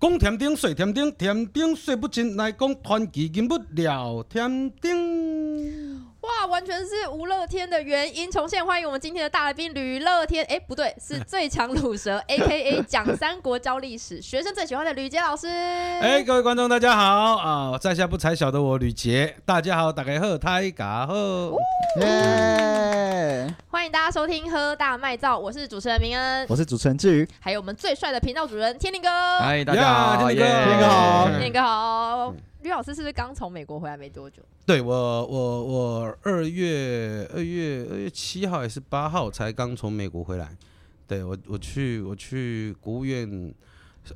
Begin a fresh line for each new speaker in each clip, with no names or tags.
讲甜顶说甜顶，甜顶说不尽，来讲传奇人物聊甜顶。
哇，完全是吴乐天的原因。重现欢迎我们今天的大来宾吕乐天，哎、不对， 是最强卤蛇，A K A 讲三国教历史，学生最喜欢的吕杰老师。
哎、各位观众大家好啊、在下不才小的我吕杰，大家好，大家好，大家好。
耶！
欢迎大家收听《喝大麦造》，我是主持人明恩，
我是主持人志宇，
还有我们最帅的频道主人天林哥。
嗨，大家好，
呀天哥
耶
天哥好
天林哥好，吕老师是不是刚从美国回来没多久？
对我，我我二月二月二月七号还是八号才刚从美国回来，对我我去我去国务院，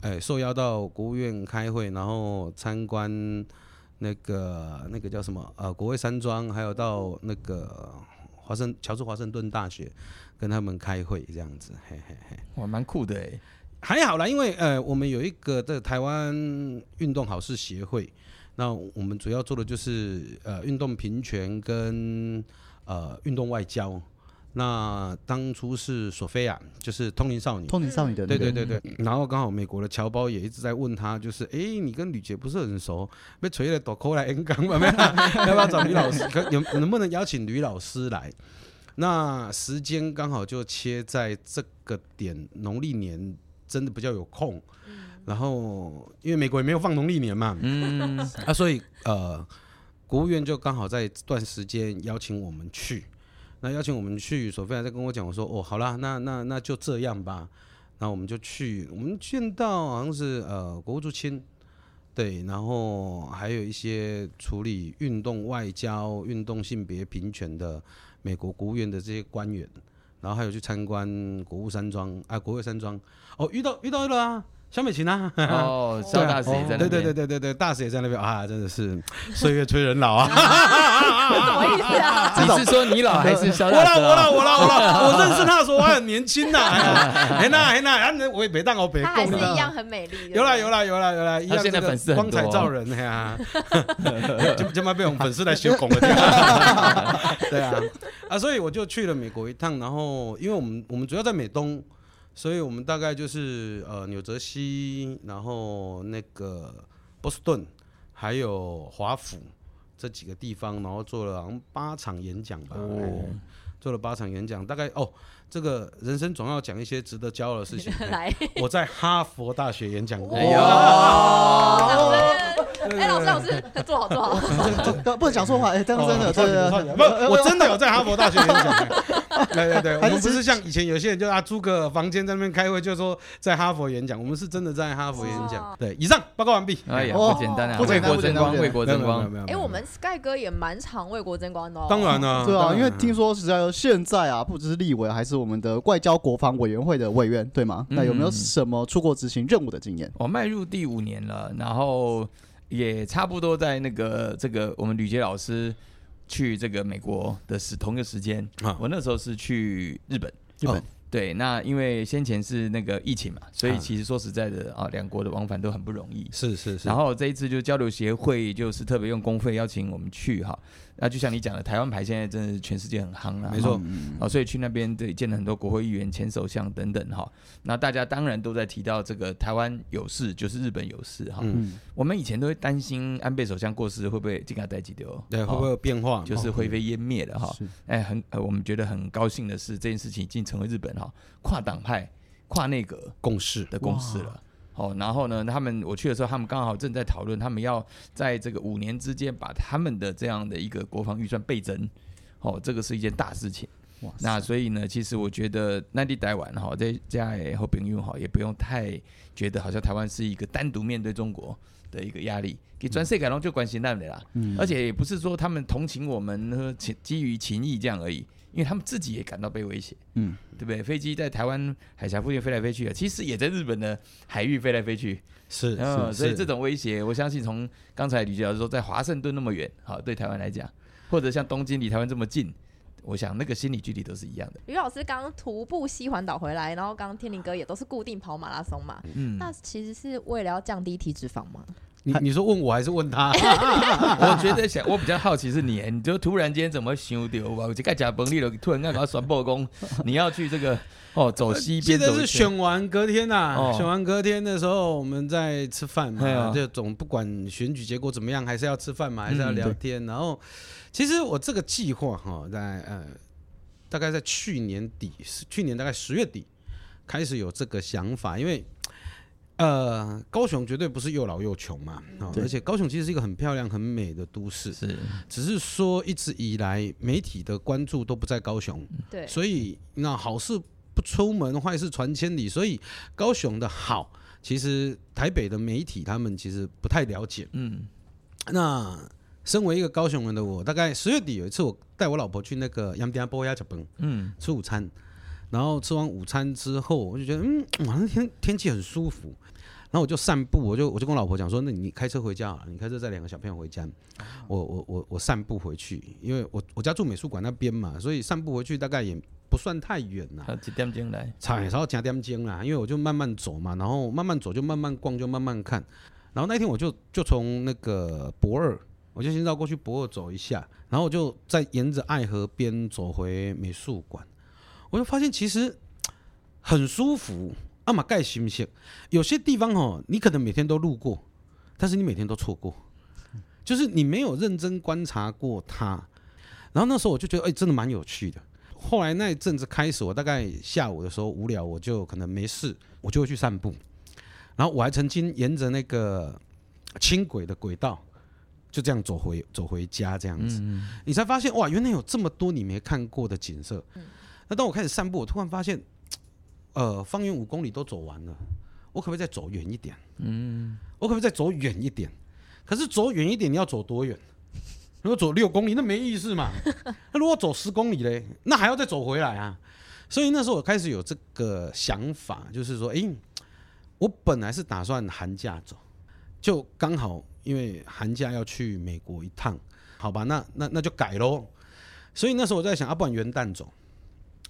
哎受邀到国务院开会，然后参观那个那个叫什么呃国会山庄，还有到那个华盛乔治华盛顿大学跟他们开会这样子，嘿嘿嘿。
哇，蛮酷的哎，
还好啦，因为呃，我们有一个的台湾运动好事协会，那我们主要做的就是呃运动平权跟呃运动外交。那当初是索菲亚，就是通灵少女，
通灵少女的
对
那个
对对对。然后刚好美国的侨胞也一直在问他，就是哎，诶你跟吕杰不是很熟，被锤了躲扣来 N 港吧？没有啦，要不要找吕老师？可有能不能邀请吕老师来？那时间刚好就切在这个点，农历年真的比较有空。然后因为美国也没有放农历年嘛，
嗯，
啊，所以呃，国务院就刚好在这段时间邀请我们去，那邀请我们去，索菲亚在跟我讲，我说哦，好啦，那那那就这样吧，那我们就去，我们见到好像是呃国务驻青，对，然后还有一些处理运动外交、运动性别平权的美国国务院的这些官员。然后还有去参观国务山庄啊，国会山庄哦，遇到遇 到了啊，小美琴啊，
哦，赵大使也在那边，
对对对对对对，大使也在那边啊，真的是 岁月催人老啊！
什么意思 啊？
你是说你老还是
我
肖大
啦
使啊
我啦
老？
我啦我啦，我认识他的时候我还很年轻呐，哎那哎那，啊我也别当我别
他还
供
是一
的。
样很美丽。
有啦有
啦，
啦有啦有啦，一样
他现在
这个
粉丝很
光
多
彩照人哎 呀，就就妈被我们粉丝来修拱了，对啊啊，所以我就去了美国一趟，然后因为我们我们主要在美东，所以我们大概就是呃纽泽西，然后那个波士顿，还有华府这几个地方，然后做了好像八场演讲吧，
哦
哎做了八场演讲，大概哦，这个人生总要讲一些值得骄傲的事 情。
来，
我在哈佛大学演讲过，
哎呦
老师，哎，老师，老师，坐好，坐好。
这这不能讲错话，哎，这样真的，
哦我差
对对对呃
点不，我真的有在哈佛大学演讲。对对 对，我
还是
们不是像以前有些人就啊租个房间在那边开会，就说在哈佛演讲，我们是真的在哈佛演讲
哇。
对，以上报告完毕。
哎呀，
哦
不简单啊，
不
为
简单
国争光，
不简单
为国
没有
争光，，
没有没有没有
哎，我们 Sky 哥也蛮常为国争光的哦。
当然了，
对
当
啊，
然
因为听说实在现在啊，不只是立委，还是我们的外交国防委员会的委员，对吗？那有没有什么出国执行任务的经验？
我哦迈入第五年了，然后也差不多在那个这个我们吕杰老师去这个美国的时同一个时间
啊，
我那时候是去日本。
日本
哦
对，那因为先前是那个疫情嘛，所以
啊
其实说实在的啊，两国的往返都很不容易。
是是是
然，后这一次就交流协会就是特别用公费邀请我们去哈，那就像你讲的，台湾牌现在真的是全世界很夯啦，
没错嗯
哈。哦，所以去那边对见了很多国会议员、前首相等等哈，那大家当然都在提到这个台湾有事就是日本有事哈。
嗯，
嗯，
我们以前都会担心安倍首相过世会不会这个代际丢，
对，
哦
会不会有变化？哦
就是灰飞烟灭了哈？
是
哎，很呃，我们觉得很高兴的是，这件事情已经成为日本哈跨党派、跨内阁
共识。
的公司了。哦，然后呢，他们我去的时候，他们刚好正在讨论，他们要在这个五年之间把他们的这样的一个国防预算倍增。哦，这个是一件大事情。
哇塞，
那所以呢，其实我觉得那你台湾哈，在家里和朋友哈，也不用太觉得好像台湾是一个单独面对中国的一个压力，给全世界拢就关心那里啦。
嗯
而且也不是说他们同情我们，呃情基于情谊这样而已，因为他们自己也感到被威胁。
嗯，
对不对？飞机在台湾海峡附近飞来飞去啊的，其实也在日本的海域飞来飞去。
是，
嗯，
是
所以
是
这种威胁，我相信从刚才吕杰老师说，在华盛顿那么远，好，对台湾来讲，或者像东京离台湾这么近，我想那个心理距离都是一样的。
于老师刚徒步西环岛回来，然后刚刚天林哥也都是固定跑马拉松嘛，
嗯，
那其实是为了要降低体脂肪嘛。
你你说问我还是问他？啊
我觉得想，我比较好奇是你，你就突然间怎么想到吧？我就盖假崩利了，突然间搞传播工，你要去这个哦，走西边
记得
走
呃是
一圈
选完隔天呐、
哦
选完隔天的时候我们在吃饭嘛，
哎呀
就总不管选举结果怎么样，还是要吃饭嘛，还是要
嗯
聊天。然后，其实我这个计划哈，在呃，大概在去年底，是去年大概十月底开始有这个想法，因为。呃，高雄绝对不是又老又穷嘛，哦，
对
而且高雄其实是一个很漂亮、很美的都市，
是
只是说一直以来媒体的关注都不在高雄，
对，
所以那好事不出门，坏事传千里。所以高雄的好，其实台北的媒体他们其实不太了解。
嗯
那身为一个高雄人的我，大概十月底有一次，我带我老婆去那个杨家波鸭脚崩
嗯
吃午餐，然后吃完午餐之后，我就觉得嗯，哇，那天天气很舒服。然后我就散步，我就我就跟我老婆讲说，那你开车回家好了，你开车载两个小朋友回家，我我我我散步回去，因为我我家住美术馆那边嘛，所以散步回去大概也不算太远啊啦、
好，几点钟来？
差然后加点精啦，因为我就慢慢走嘛，然后慢慢走就慢慢逛，就慢慢看。然后那一天我就就从那个博二，我就先绕过去博二走一下，然后我就再沿着爱河边走回美术馆，我就发现其实很舒服。阿玛盖行不行？有些地方哦，你可能每天都路过，但是你每天都错过，就是你没有认真观察过它。然后那时候我就觉得，哎、真的蛮有趣的。后来那一阵子开始，我大概下午的时候无聊，我就可能没事，我就会去散步。然后我还曾经沿着那个轻轨的轨道，就这样走回走回家这样子，你才发现哇，原来有这么多你没看过的景色。那当我开始散步，我突然发现，呃，方圆五公里都走完了，我可不可以再走远一点？嗯，我可不可以再走远一点？可是走远一点，你要走多远？如果走六公里，那没意思嘛。 那如果走十公里嘞，那还要再走回来啊。所以那时候我开始有这个想法，就是说，诶，我本来是打算寒假走，就刚好因为寒假要去美国一趟，好吧，那那那就改喽。所以那时候我在想，啊，不然元旦走，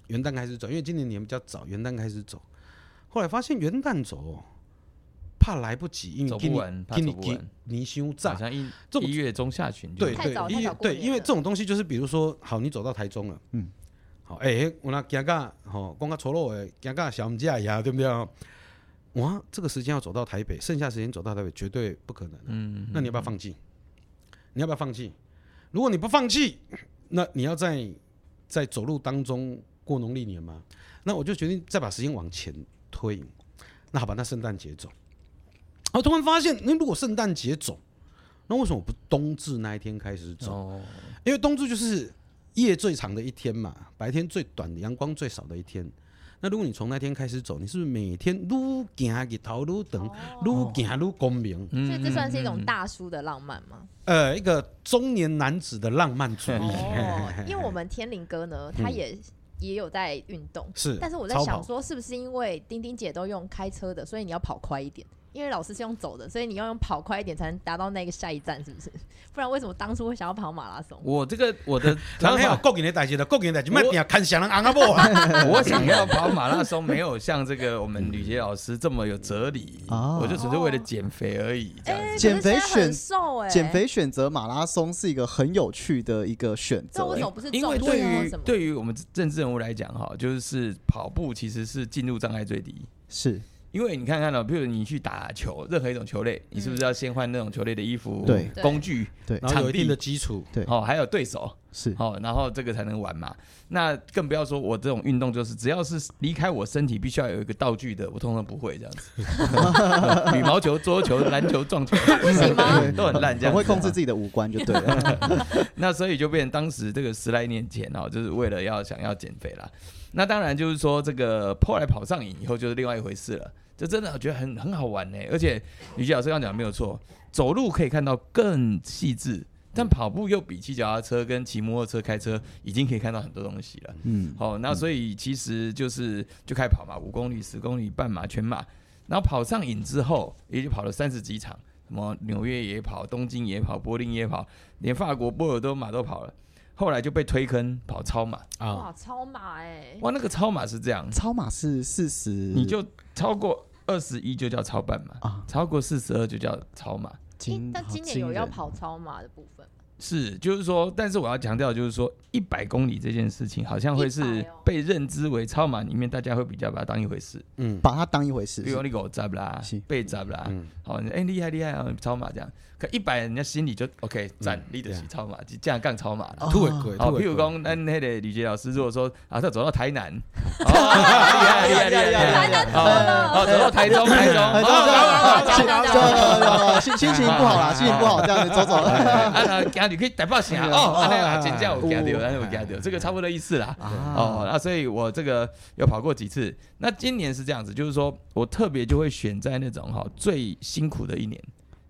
元旦开始走，因为今年年比较早，元旦开始走。后来发现元旦走哦，怕来不及，因为
走
今
不
年
完，怕
今
走
年
不完。
你休
好
炸，
像一
这种
一月中下旬就
对
太
对
早，太
因
早
为
过
对，
年
因为
了
这种东西就是，比如说，好，你走到台中了，嗯
嗯，
好，哎、我那行到吼，讲到丑陋的，行到小姆家呀，对不对？哇，这个时间要走到台北，剩下时间走到台北绝对不可能、嗯，那你要不要放弃？你要不要放弃？如果你不放弃，那你要在在走路当中过农历年吗？那我就决定再把时间往前推。那好吧，那圣诞节走。我突然发现，那如果圣诞节走，那为什么我不冬至那一天开始走？
哦，
因为冬至就是夜最长的一天嘛，白天最短的，阳光最少的一天。那如果你从那天开始走，你是不是每天愈行日头愈长，愈行愈光明？
所以这算是
嗯
一种大叔的浪漫 吗？
呃，一个中年男子的浪漫主义。
哦，因为我们天林哥呢，他也也有在运动，
嗯是，
但是我在
超
想
跑，
说，是不是因为丁丁姐都用开车的，所以你要跑快一点？因为老师是用走的，所以你要用跑快一点才能达到那个下一站，是不是？ 不然为什么当初会想要跑马拉松？
嗯我这个 我的
然
想
后还有
法，
国营的代志的，国营的代志，卖
我
定看谁人红啊某啊。
我想 要跑马拉松，没有像这个我们吕杰老师这么有哲理，
啊
我就只是为了减肥而已，这样
哎
子。
减肥
可是现在很
选
瘦哎，
减肥选择马拉松是一个很有趣的一个选
那
择、
为什
欸
么不是
因
重
为
训或
对于
啊什么？
对于我们政治人物来讲，哈，就是跑步其实是进入障碍最低。
是
因为你看看了、比如你去打球，任何一种球类，你是不是要先换那种球类的衣服、
对
嗯对
工具，
对
然后有一定
场地
的基础，
对
哦，还有对手，
是
哦，然后这个才能玩嘛。那更不要说我这种运动，就是只要是离开我身体，必须要有一个道具的，我通常不会这样子。羽毛球、桌球、篮球、撞 球，不
行吗
都很烂，
很
这样
会控制
己。
自己的五官就对了。
那所以就变成当时这个十来年前哦，就是为了要想要减肥啦。那当然就是说这个后来跑上瘾以后就是另外一回事了。这真的我觉得很很好玩呢、而且吕杰老师刚刚讲的没有错，走路可以看到更细致，但跑步又比骑脚踏车跟骑摩托车、开车已经可以看到很多东西了。
嗯，
好、那所以其实就是就开始跑嘛，五公里、十公里、半马、全马，然后跑上瘾之后，也就跑了三十几场，什么纽约也跑，东京也跑，柏林也跑，连法国波尔多马都跑了。后来就被推坑跑超马，
啊，
哇，超马哎！
哇，那个超马是这样，
超马是四十，
你就超过二十一就叫超半马，
啊，
超过四十二就叫超马。
诶
今
但今年有要，跑超马的部分吗，
是，就是说，但是我要强调，就是说，一百公里这件事情，好像会
100
是
哦
被认知为超马里面，大家会比较把它当一回事，
嗯
把它当一回事
比，如说你狗zabla 啦
是，
被 zabla 啦，
嗯，
好，哎、厉害厉害啊，超马这样。可一百，人家心里就 OK，赞
嗯，
立得
对啊
起超马，就这样杠超马了。
突尾鬼，
好，
突尾
譬
鬼
如讲，咱那个吕杰老师，如果说啊，他走到台 南，哦厉害厉害厉害厉害，
台南怎
哦
么了？
哦，走到台中，台中，
哎，
哦
这样这样这样这样这样，心心情不好啦，心情不好，这样子走走。
啊，那今日去台北城哦，哎啊，那真正有行到，那有行到，这个差不多的意思啦。
啊
哦，那所以我这个有跑过几次。那今年是这样子，就是说我特别就会选在那种哈最辛苦的一年，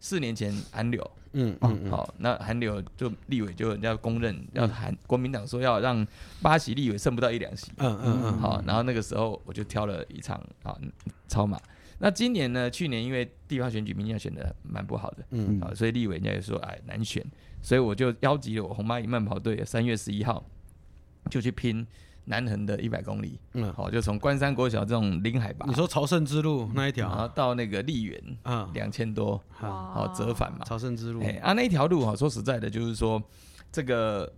四年前韩流，
嗯嗯嗯，
好，那韩流就立委就人家公认要韩国民党说要让八席立委剩不到一两席，
嗯嗯嗯，
好，然后那个时候我就挑了一场啊超马。那今年呢？去年因为地方选举民调选的蛮不好的，
嗯
啊，所以立委人家也说哎难选，所以我就邀集了我红蚂蚁慢跑队，三月十一号就去拼南横的一百公里，
嗯，
好，就从关山国小这种零海拔
你，说朝圣之路那一条
然后
啊，
到那个丽园
嗯
两千多，
好，
好折返嘛，
朝圣之路，
哎啊那一条路哈，说实在的，就是说这个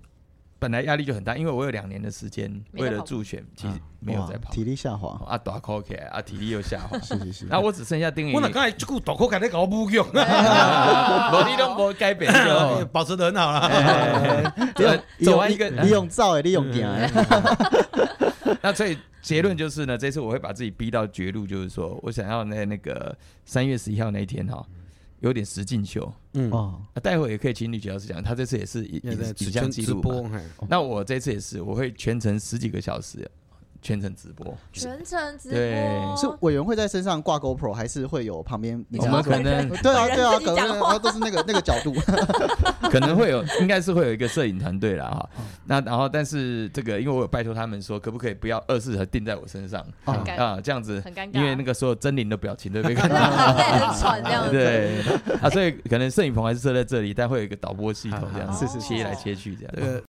本来压力就很大，因为我有两年的时间
没在
为了
跑步
助选，其实
啊
没有在跑，
体力下滑，，
啊打 call 起来，啊体力又下滑
是是是。
然后我只剩下丁
我
云
哪，刚才就顾大口看那搞不用，
我你都没改
嗯
变 就。
啊保持得很好啦。
哎
利用利
呃走
用
完一个，呃
利用造哎，利用点哎，
啊
那所以结论就是呢，这次我会把自己逼到绝路，就是说我想要在那个三月十一号那一天哈、有点实进秀。
嗯，
哦，
啊、待会也可以请吕杰老师讲，他这次也是影
也在
影
直
像
播
记
直
录嘛。
播，嘿
那我这次也是，我会全程十几个小时，全程直播。
全程直
对
播，
是委员会在身上挂 GoPro，还是会有旁边你
我
知道
们可能
对啊对啊，
自己
可
讲
能
话
啊都是那个那个角度，
可能会有，应该是会有一个摄影团队啦哈。那然后，但是这个因为我有拜托他们说，可不可以不要二四和定在我身上
很
尴
啊？这样子，
很尴尬，
因为那个所有狰狞的表情 都被看
对
到。
很喘这样子。
对啊，所以可能摄影棚还是设在这里，但会有一个导播系统这样
是是
子
是
切来切去这样。
这个